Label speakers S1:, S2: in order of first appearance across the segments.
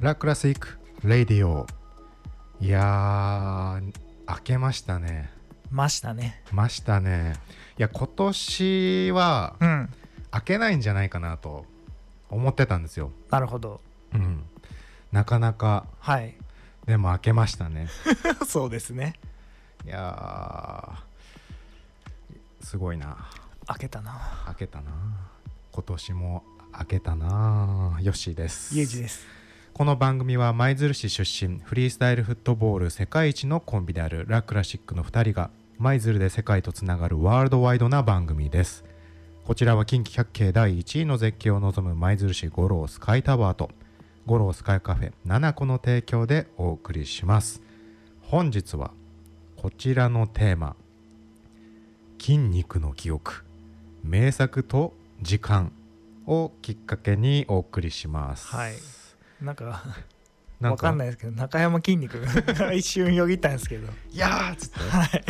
S1: ラクラスイク・レディオ。いやー、明けましたね。
S2: ましたね
S1: ましたね。いや、今年は
S2: うん
S1: 明けないんじゃないかなと思ってたんですよ。
S2: なるほど
S1: うん。なかなか、
S2: はい
S1: でも明けましたね。
S2: そうですね
S1: いやー、すごいな。
S2: 開けたな
S1: 明けたな。今年も明けたな。よしです。
S2: ゆうじです
S1: この番組は舞鶴市出身フリースタイルフットボール世界一のコンビであるラ・クラシックの2人が舞鶴で世界とつながるワールドワイドな番組ですこちらは近畿百景第1位の絶景を望む舞鶴市五郎スカイタワーと五郎スカイカフェ7個の提供でお送りします本日はこちらのテーマ「筋肉の記憶名作と時間」をきっかけにお送りします
S2: はいなんか
S1: な
S2: わかんないですけど中山筋肉が 一瞬よぎったんですけど
S1: いやーっつって
S2: はい、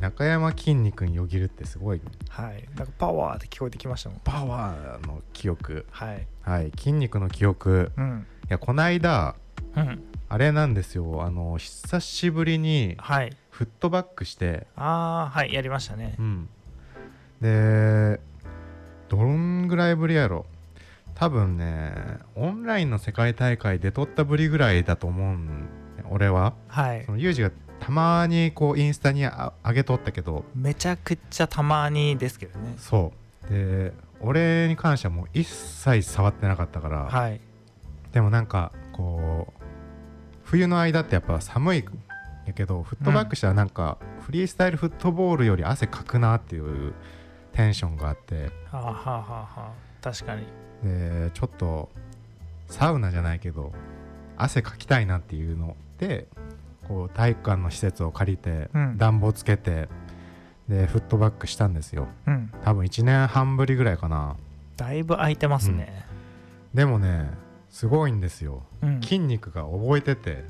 S1: 中山きんに君よぎるってすごい
S2: はい、なんかパワーって聞こえてきましたもん
S1: パワーの記憶
S2: はい
S1: はい筋肉の記憶
S2: うん
S1: いやこないだ
S2: うん
S1: あれなんですよあの久しぶりに
S2: はい
S1: フットバックして
S2: ああはいやりましたね
S1: うんでどんぐらいぶりやろ多分ねオンラインの世界大会で取ったぶりぐらいだと思うん俺は
S2: はい
S1: そのユージがたまにこうインスタにあ上げとったけど
S2: めちゃくちゃたまにですけどね
S1: そうで俺に関してはもう一切触ってなかったから、
S2: はい
S1: でもなんかこう冬の間ってやっぱ寒いやけどフットバックしたらなんか、フリースタイルフットボールより汗かくなっていうテンションがあって
S2: はあはあはあはあ確かに
S1: でちょっとサウナじゃないけど汗かきたいなっていうのでこう体育館の施設を借りて、
S2: うん
S1: 暖房つけてでフットバックしたんですよ
S2: うん
S1: 多分1年半ぶりぐらいかな
S2: だいぶ空いてますね、
S1: でもねすごいんですよ
S2: うん
S1: 筋肉が覚えてて、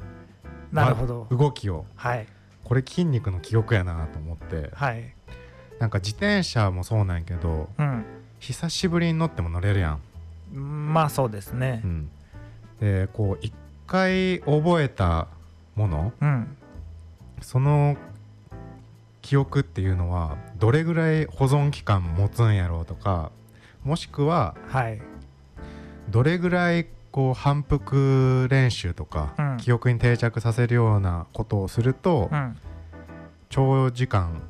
S2: なるほど
S1: わ動きを
S2: はい
S1: これ筋肉の記憶やなと思って
S2: はい
S1: なんか自転車もそうなんやけど
S2: うん
S1: 久しぶりに乗っても乗れるやん、
S2: まあそうですね
S1: うん、でこう一回覚えたもの
S2: うん
S1: その記憶っていうのはどれぐらい保存期間持つんやろうとかもしくは
S2: はい
S1: どれぐらいこう反復練習とか、
S2: うん
S1: 記憶に定着させるようなことをすると、
S2: うん
S1: 長時間、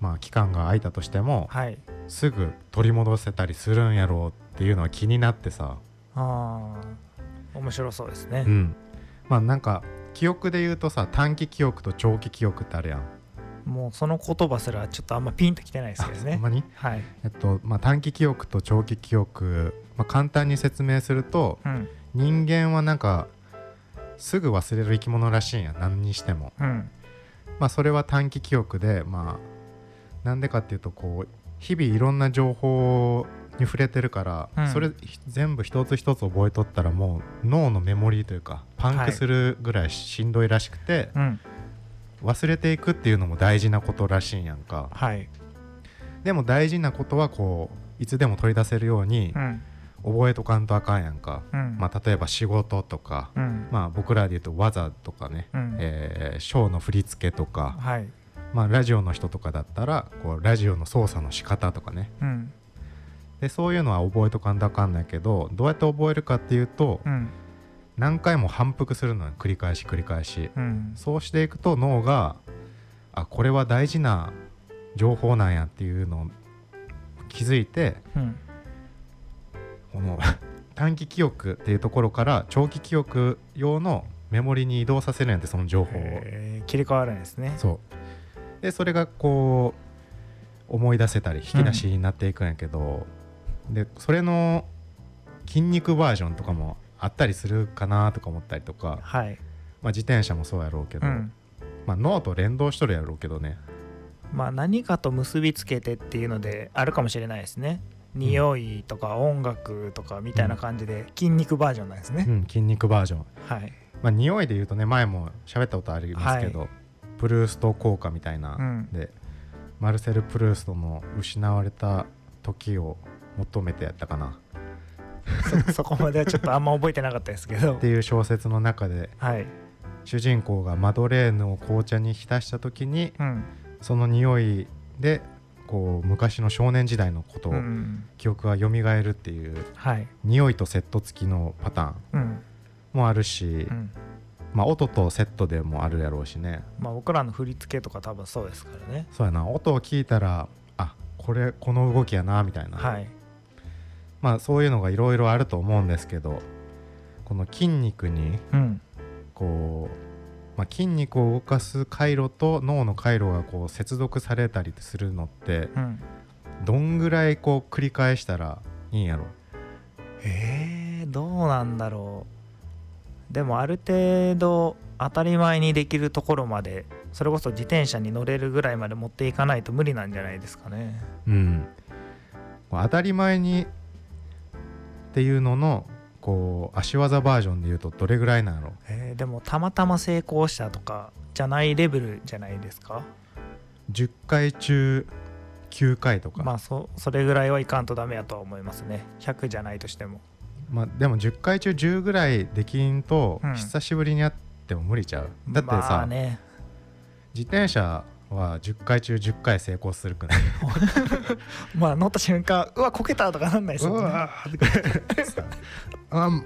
S1: まあ、期間が空いたとしても
S2: はい
S1: すぐ取り戻せたりするんやろうっていうのは気になってさ、
S2: ああ面白そうですね、
S1: うん、まあなんか記憶で言うとさ短期記憶と長期記憶ってあるやん。
S2: もうその言葉すらちょっとあんまピンときてないですけ
S1: あ
S2: ど
S1: ほ
S2: ね
S1: んまに、
S2: はい
S1: えっとまあ、短期記憶と長期記憶、まあ、簡単に説明すると
S2: うん
S1: 人間はなんかすぐ忘れる生き物らしいんや何にしても。
S2: うん
S1: まあ、それは短期記憶で、まあ、なんでかっていうとこう日々いろんな情報に触れてるから、
S2: うん
S1: それ全部一つ一つ覚えとったらもう脳のメモリーというかパンクするぐらいしんどいらしくて、
S2: うん
S1: 忘れていくっていうのも大事なことらしいんやんか
S2: はい
S1: でも大事なことはこういつでも取り出せるように
S2: うん
S1: 覚えとかんとあかんやんか、
S2: うん
S1: まあ、例えば仕事とか、
S2: うん
S1: まあ、僕らで言うと技とかね、
S2: うん
S1: えーショーの振り付けとか、
S2: はい
S1: まあ、ラジオの人とかだったらこうラジオの操作の仕方とかね
S2: うん
S1: でそういうのは覚えとかんだかんないけどどうやって覚えるかっていうと
S2: うん
S1: 何回も反復するのよ繰り返し繰り返し
S2: うん
S1: そうしていくと脳があこれは大事な情報なんやっていうのを気づいて
S2: うん
S1: この 短期記憶っていうところから長期記憶用のメモリに移動させるんやってその情報を
S2: えー切り替わるんですね
S1: そうでそれがこう思い出せたり引き出しになっていくんやけど、でそれの筋肉バージョンとかもあったりするかなとか思ったりとか、
S2: はい
S1: まあ、自転車もそうやろうけど、
S2: うん
S1: まあ、脳と連動しとるやろうけどね
S2: まあ何かと結びつけてっていうのであるかもしれないですね匂いとか音楽とかみたいな感じで筋肉バージョンなんですね
S1: う、ん筋肉バージョン
S2: はい
S1: まあ匂いで言うとね前も喋ったことありますけど、プルースト効果みたいな、
S2: うん
S1: でマルセル・プルーストの失われた時を求めてやったかな
S2: そ そこまではちょっとあんま覚えてなかったですけど
S1: っていう小説の中で
S2: はい、
S1: 主人公がマドレーヌを紅茶に浸した時に
S2: うん
S1: その匂いでこう昔の少年時代のことを
S2: うん、
S1: 記憶が蘇るっていう
S2: はい、
S1: 匂いとセット付きのパターン
S2: うん
S1: もあるし
S2: う、ん
S1: まあ、音とセットでもあるやろうしね
S2: まあ、僕らの振り付けとか多分そうですからね
S1: そうやな音を聞いたらあこれこの動きやなみたいな、
S2: はい
S1: まあそういうのがいろいろあると思うんですけどこの筋肉に
S2: うん
S1: こう、まあ、筋肉を動かす回路と脳の回路がこう接続されたりするのって
S2: うん
S1: どんぐらいこう繰り返したらいいんやろ
S2: えー、どうなんだろうでもある程度当たり前にできるところまでそれこそ自転車に乗れるぐらいまで持っていかないと無理なんじゃないですかね
S1: うんこう当たり前にっていうののこう足技バージョンで言うとどれぐらいなんやろ
S2: えーでもたまたま成功したとかじゃないレベルじゃないですか
S1: 10回中9回とか、
S2: まあそそれぐらいはいかんとダメやとは思いますね100じゃないとしても
S1: まあ、でも10回中10ぐらいできんと、
S2: うん
S1: 久しぶりに会っても無理ちゃうだってさ、
S2: まあね
S1: 自転車は10回中10回成功するくない
S2: まあ乗った瞬間 うわこけたとかなんないです
S1: う
S2: よね
S1: わーってあん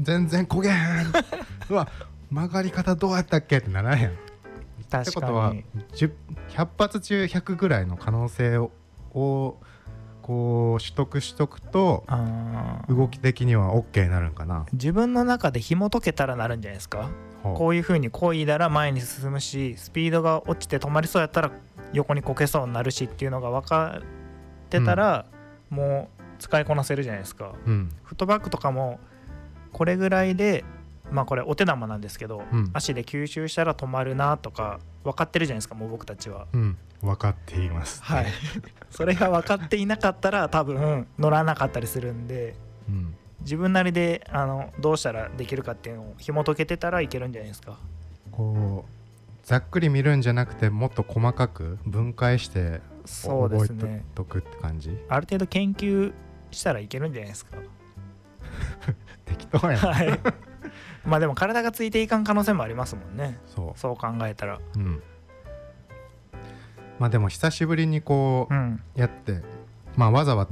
S1: 全然焦げへんうわ曲がり方どうやったっけってならへんって
S2: 確
S1: ことは
S2: かに
S1: 10 100発中100ぐらいの可能性ををこう取得しとくと
S2: あー
S1: 動き的には OK になるんかな
S2: 自分の中で紐解けたらなるんじゃないですか
S1: ほう
S2: こういう風にこいだら前に進むしスピードが落ちて止まりそうやったら横にこけそうになるしっていうのが分かってたら、もう使いこなせるじゃないですか
S1: うん
S2: フットバックとかもこれぐらいでまあこれお手玉なんですけど、
S1: うん
S2: 足で吸収したら止まるなとか分かってるじゃないですかもう僕たちは。
S1: うん分かっています
S2: はい、 それが分かっていなかったら多分乗らなかったりするんで
S1: うん
S2: 自分なりであのどうしたらできるかっていうのを紐解けてたらいけるんじゃないですか。
S1: こうざっくり見るんじゃなくてもっと細かく分解して
S2: そうで
S1: 覚
S2: す
S1: え
S2: ね
S1: とくって感じ、
S2: ある程度研究したらいけるんじゃないですか。
S1: 適当やな
S2: はい。まあでも体がついていかん可能性もありますもんね。
S1: そ
S2: そう考えたら。
S1: ううんまあでも久しぶりにこ
S2: うん。
S1: うやって、まあわざわざ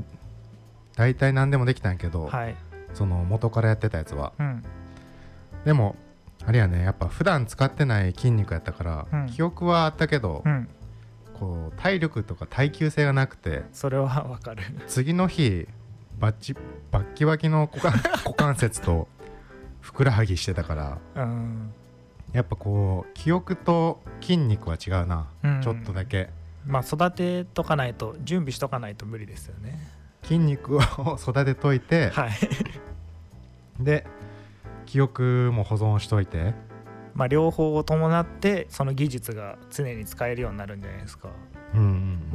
S1: 大体何でもできたんやけど、
S2: はい。
S1: その元からやってたやつは
S2: うん。
S1: でもあれやねやっぱ普段使ってない筋肉やったから、
S2: うん
S1: 記憶はあったけど、
S2: うん。
S1: こう体力とか耐久性がなくて
S2: それはわかる。
S1: 次の日バッチバッキバキの股関 股関節とふくらはぎしてたから
S2: うん。
S1: やっぱこう記憶と筋肉は違うな、
S2: うん
S1: ちょっとだけ
S2: まあ育てとかないと準備しとかないと無理ですよね。
S1: 筋肉を育てといて、
S2: はい。
S1: で記憶も保存しといて
S2: まあ両方を伴ってその技術が常に使えるようになるんじゃないですか。
S1: うんう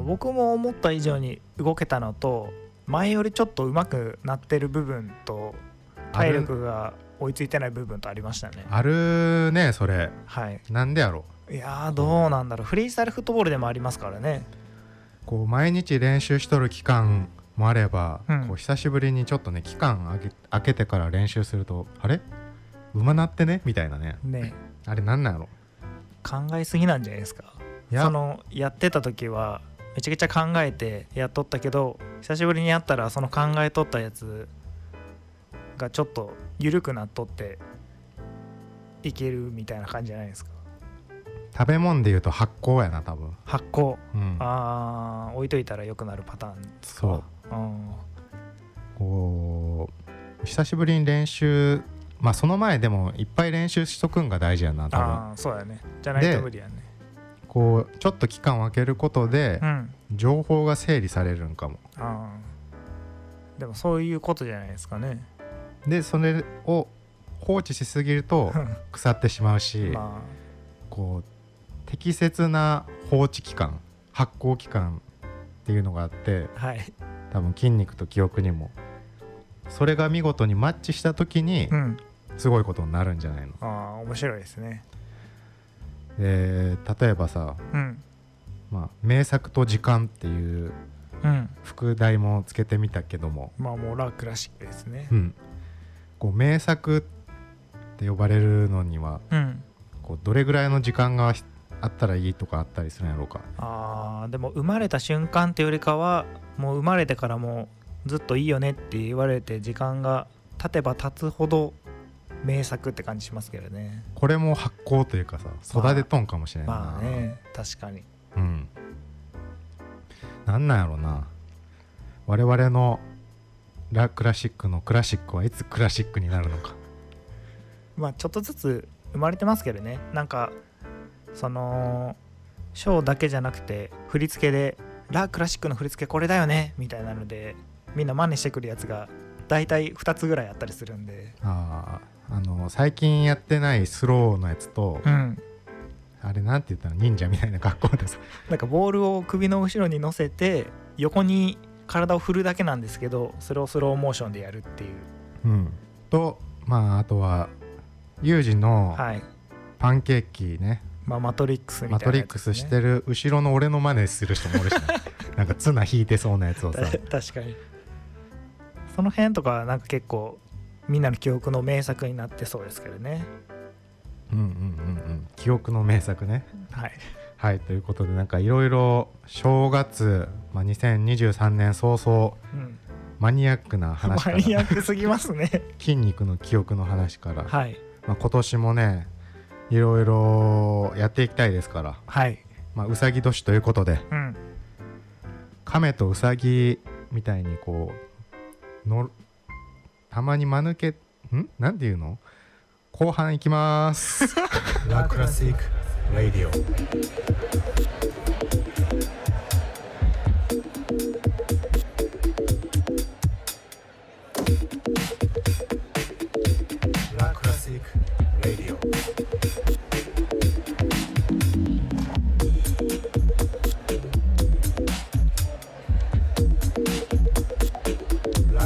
S1: ん
S2: 僕も思った以上に動けたのと前よりちょっと上手くなってる部分と
S1: あ
S2: 体
S1: る
S2: 力が追いついてない部分とありましたね。
S1: あるねそれ
S2: はい、
S1: なんでやろ
S2: いやーどうなんだろうフリースタイルフットボールでもありますからね
S1: こう毎日練習しとる期間もあれば、
S2: うん
S1: こう久しぶりにちょっとね期間空け空けてから練習するとあれ馬なってねみたいなね
S2: ね
S1: あれなんなんやろ
S2: 考えすぎなんじゃないですか
S1: いや
S2: そのやってた時はめちゃくちゃ考えてやっとったけど久しぶりにやったらその考えとったやつがちょっと緩くなっとっていけるみたいな感じじゃないですか
S1: 食べ物で言うと発酵やな多分、
S2: 発酵
S1: うん、
S2: あー置いといたら良くなるパターンですか
S1: そう
S2: うん
S1: こう久しぶりに練習まあその前でもいっぱい練習しとくんが大事やな多分
S2: ああそうやねじゃない
S1: で
S2: と無理やね
S1: こうちょっと期間を空けることで
S2: うん
S1: 情報が整理されるんかも
S2: あーでもそういうことじゃないですかね
S1: でそれを放置しすぎると腐ってしまうし、
S2: ま
S1: こう適切な放置期間発酵期間っていうのがあって
S2: あはい
S1: 多分筋肉と記憶にもそれが見事にマッチした時に
S2: うん
S1: すごいことになるんじゃないの、
S2: ああ面白いですね
S1: で例えばさ
S2: うん
S1: まあ、名作と時間っていう
S2: うん
S1: 副題もつけてみたけども、
S2: まあもうラクラシックですね
S1: うん、こう名作って呼ばれるのには
S2: うん
S1: こうどれぐらいの時間があったらいいとかあったりするんやろうか
S2: あーでも生まれた瞬間っていうよりかはもう生まれてからもうずっといいよねって言われて時間が経てば経つほど名作って感じしますけどね
S1: これも発酵というかさ育てとんかもしれないな、
S2: まあね確かに
S1: うんなんなんやろな我々のラクラシックのクラシックはいつクラシックになるのか
S2: まあちょっとずつ生まれてますけどねなんかそのショーだけじゃなくて振り付けで「ラ・クラシックの振り付けこれだよね」みたいなのでみんな真似してくるやつが大体2つぐらいあったりするんで
S1: あーあの最近やってないスローのやつと、
S2: うん
S1: あれなんて言ったら忍者みたいな格好です
S2: なんかボールを首の後ろに乗せて横に体を振るだけなんですけどそれをスローモーションでやるっていう
S1: うん、とまああとはユージの
S2: はい
S1: パンケーキね
S2: まあマトリックスみたいな
S1: マ
S2: やつ
S1: トリックスしてる後ろの俺の真似する人もおるしななんかツナ引いてそうなやつ をさ
S2: た 確かにその辺とかはなんか結構みんなの記憶の名作になってそうですけどね
S1: うんうんうんうん記憶の名作ね
S2: はい
S1: はいということでなんかいろいろ正月、まあ、2023年早々
S2: うん、
S1: マニアックな
S2: マ
S1: 話から
S2: ニアックすぎま すね
S1: 筋肉の記憶の話から、
S2: はい
S1: まあ、今年もねいろいろやっていきたいですから、
S2: はい
S1: まあ、うさぎ年ということで
S2: うん
S1: 亀とウサギみたいにこうのたまに間抜けんなんていうの後半いきまーす ラクラシックラディオラクラシックラディオラクラシックラ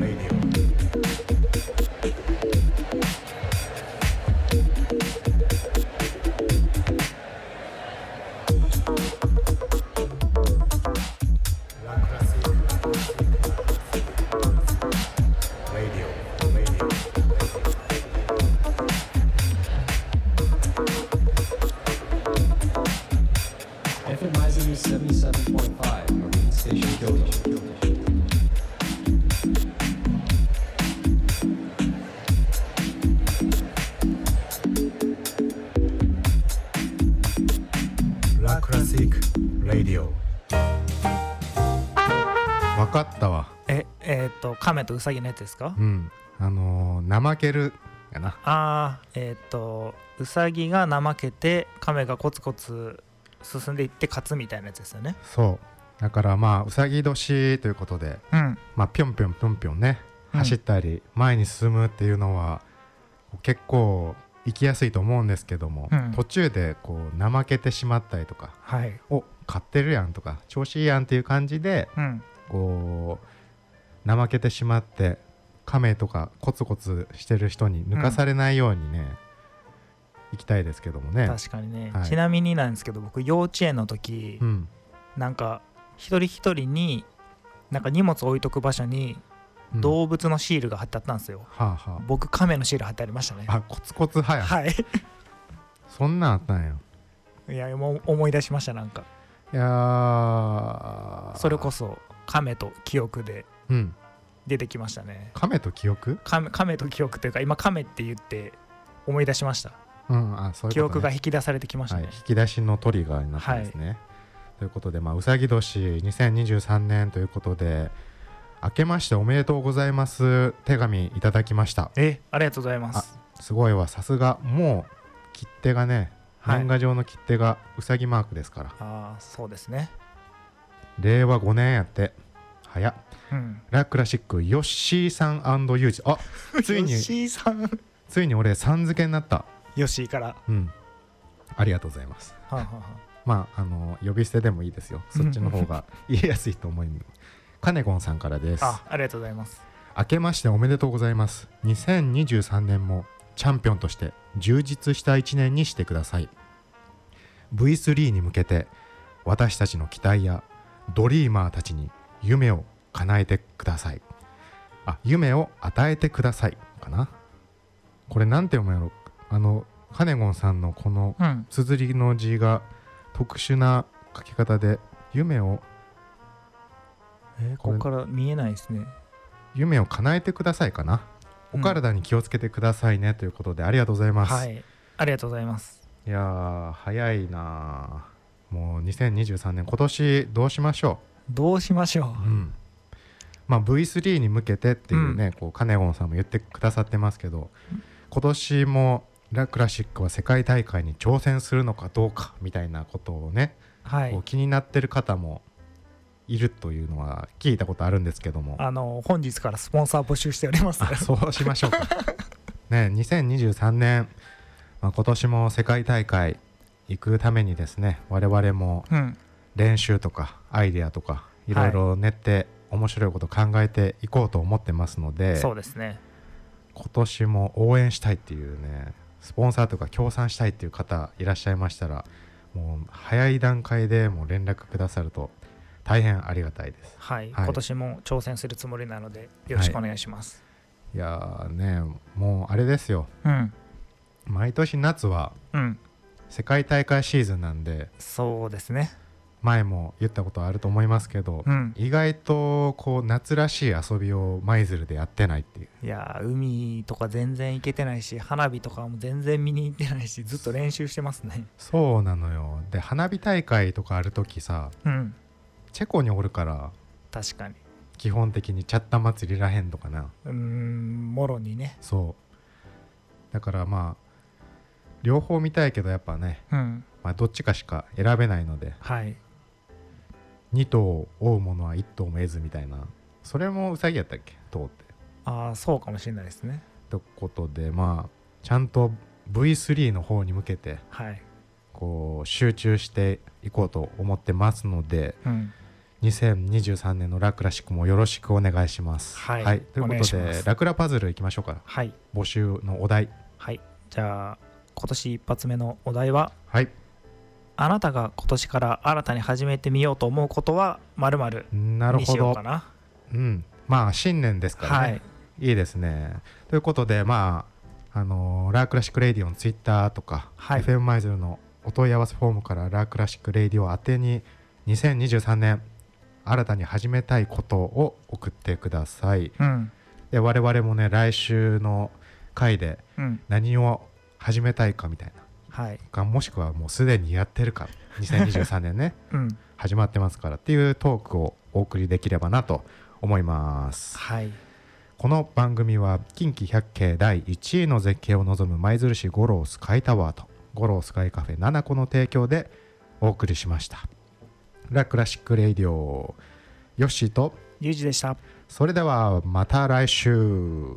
S1: ディオ
S3: ラクラシック・ラディオ
S1: わかったわ
S2: ええーっと亀とウサギのやつですか、
S1: うんあのー、怠けるやな
S2: ああえーっとウサギが怠けて亀がコツコツ進んでいって勝つみたいなやつですよね
S1: そうだからまあうさぎ年ということで
S2: うん
S1: まあぴょんぴょんぴょんぴょんね
S2: うん
S1: 走ったり前に進むっていうのは結構行きやすいと思うんですけども、
S2: うん
S1: 途中でこう怠けてしまったりとか
S2: はい
S1: お勝ってるやんとか調子いいやんっていう感じで
S2: うん
S1: こう怠けてしまって亀とかコツコツしてる人に抜かされないようにね、行きたいですけどもね。
S2: 確かにね、
S1: はい
S2: ちなみになんですけど僕幼稚園の時、
S1: うん、
S2: なんか一人一人になんか荷物置いとく場所に
S1: うん
S2: 動物のシールが貼ってあったんですよ、
S1: はあは
S2: 僕亀のシール貼ってありましたね
S1: あ、あコツコツはや、
S2: はい
S1: そんなんあったんや
S2: い やもう思い出しましたなんか
S1: いや
S2: それこ
S1: そ
S2: そ亀と記憶で
S1: うん
S2: 出てきましたね
S1: 亀と記憶
S2: 亀亀と記憶というか今亀って言って思い出しました
S1: うんあそういう
S2: 記
S1: こと、ね、
S2: 憶が引き出されてきました
S1: はい、
S2: ね
S1: 引き出しのトリガーになったんですね、ということで、まあ、うさぎ年2023年ということで明けましておめでとうございます手紙いただきました
S2: えありがとうございます
S1: すごいわさすがもう切手がね
S2: はい
S1: 年賀状の切手がうさぎマークですから、
S2: ああそうですね
S1: 令和5年やって早っ
S2: うん
S1: ラクラシックヨッシーさんユージあついに
S2: ヨッシーさん
S1: ついに俺さん付けになった
S2: ヨッシーからは
S1: うんありがとうございます
S2: あはあは
S1: まあ、あの呼び捨てでもいいですよ。そっちの方が言いやすいと思います。カネゴンさんからです。
S2: ああありがとうございます
S1: 明けましておめでとうございます。2023年もチャンピオンとして充実した1年にしてください。V3 に向けて私たちの期待やドリーマーたちに夢を叶えてくださいあ夢を与えてくださいかなこれなんて読むんやろあのカネゴンさんのこの
S2: うん
S1: 綴りの字が特殊な書き方で夢を
S2: えー
S1: こ
S2: こ
S1: れ
S2: こから見えないですね
S1: 夢を叶えてくださいかな、
S2: うん
S1: お体に気をつけてくださいねということでありがとうございます、、
S2: はいいありがとうございます
S1: やー早いなあもう2023年今年どうしましょ
S2: どうしましょ
S1: う、うんまあ、V3 に向けてっていうね、こうカネゴンさんも言ってくださってますけど今年もラクラシックは世界大会に挑戦するのかどうかみたいなことをね、
S2: うはい
S1: こう気になってる方もいるというのは聞いたことあるんですけども
S2: あの本日からスポンサー募集しております
S1: あそうしま しょうかね2023年、まあ、今年も世界大会行くためにですね我々も
S2: うん
S1: 練習とかアイデアとかいろいろ練って、面白いこと考えていこうと思ってますので
S2: そうですね
S1: 今年も応援したいっていうねスポンサーとか協賛したいっていう方いらっしゃいましたらもう早い段階でもう連絡くださると大変ありがたいです
S2: はい、
S1: はい
S2: 今年も挑戦するつもりなのでよろしくお願いします、
S1: いやーねもうあれですよ
S2: うん
S1: 毎年夏は
S2: うん
S1: 世界大会シーズンなんで
S2: そうですね
S1: 前も言ったことあると思いますけど、
S2: うん
S1: 意外とこう夏らしい遊びを舞鶴でやってないっていう
S2: いやー海とか全然行けてないし花火とかも全然見に行ってないしずっと練習してますね
S1: そうなのよで花火大会とかある時さ
S2: うん
S1: チェコにおるから
S2: 確かに
S1: 基本的にチャッタ祭りらへんとかな
S2: うーんもろにね
S1: そうだからまあ両方見たいけどやっぱね、
S2: うん
S1: まあ、どっちかしか選べないので
S2: はい
S1: 2頭を追うものは1頭も得ずみたいなそれもウサギやったっけ頭って
S2: ああそうかもしれないですね
S1: ということでまあちゃんと V3 の方に向けて
S2: はい
S1: こう集中していこうと思ってますので
S2: うん
S1: 2023年のラクラシックもよろしくお願いします。
S2: はい
S1: という
S2: お
S1: こ
S2: 願いし
S1: と
S2: ま
S1: ですラクラパズルいきましょうか
S2: はい
S1: 募集のお題
S2: はいじゃあ今年一発目のお題は
S1: はい
S2: あなたが今年から新たに始めてみようと思うことはまるまる
S1: なる
S2: に
S1: ほ
S2: しよう
S1: ど
S2: かな
S1: うんまあ新年ですから
S2: は
S1: ね、
S2: い
S1: い、いですねということでまああのーラークラシックレディオのツイッターとか、
S2: はい
S1: FM マイズルのお問い合わせフォームからラークラシックレディオ宛てに2023年新たに始めたいことを送ってください
S2: うん
S1: で我々もね来週の回で
S2: うん
S1: 何を始めたいかみたいな
S2: はい
S1: かもしくはもうすでにやってるか2023年ね
S2: うん
S1: 始まってますからっていうトークをお送りできればなと思います
S2: はい
S1: この番組は近畿百景第1位の絶景を望む舞鶴市五郎スカイタワーと五郎スカイカフェ7個の提供でお送りしましたラクラシックレイディオヨッシーと
S2: ゆうじでした
S1: それではまた来週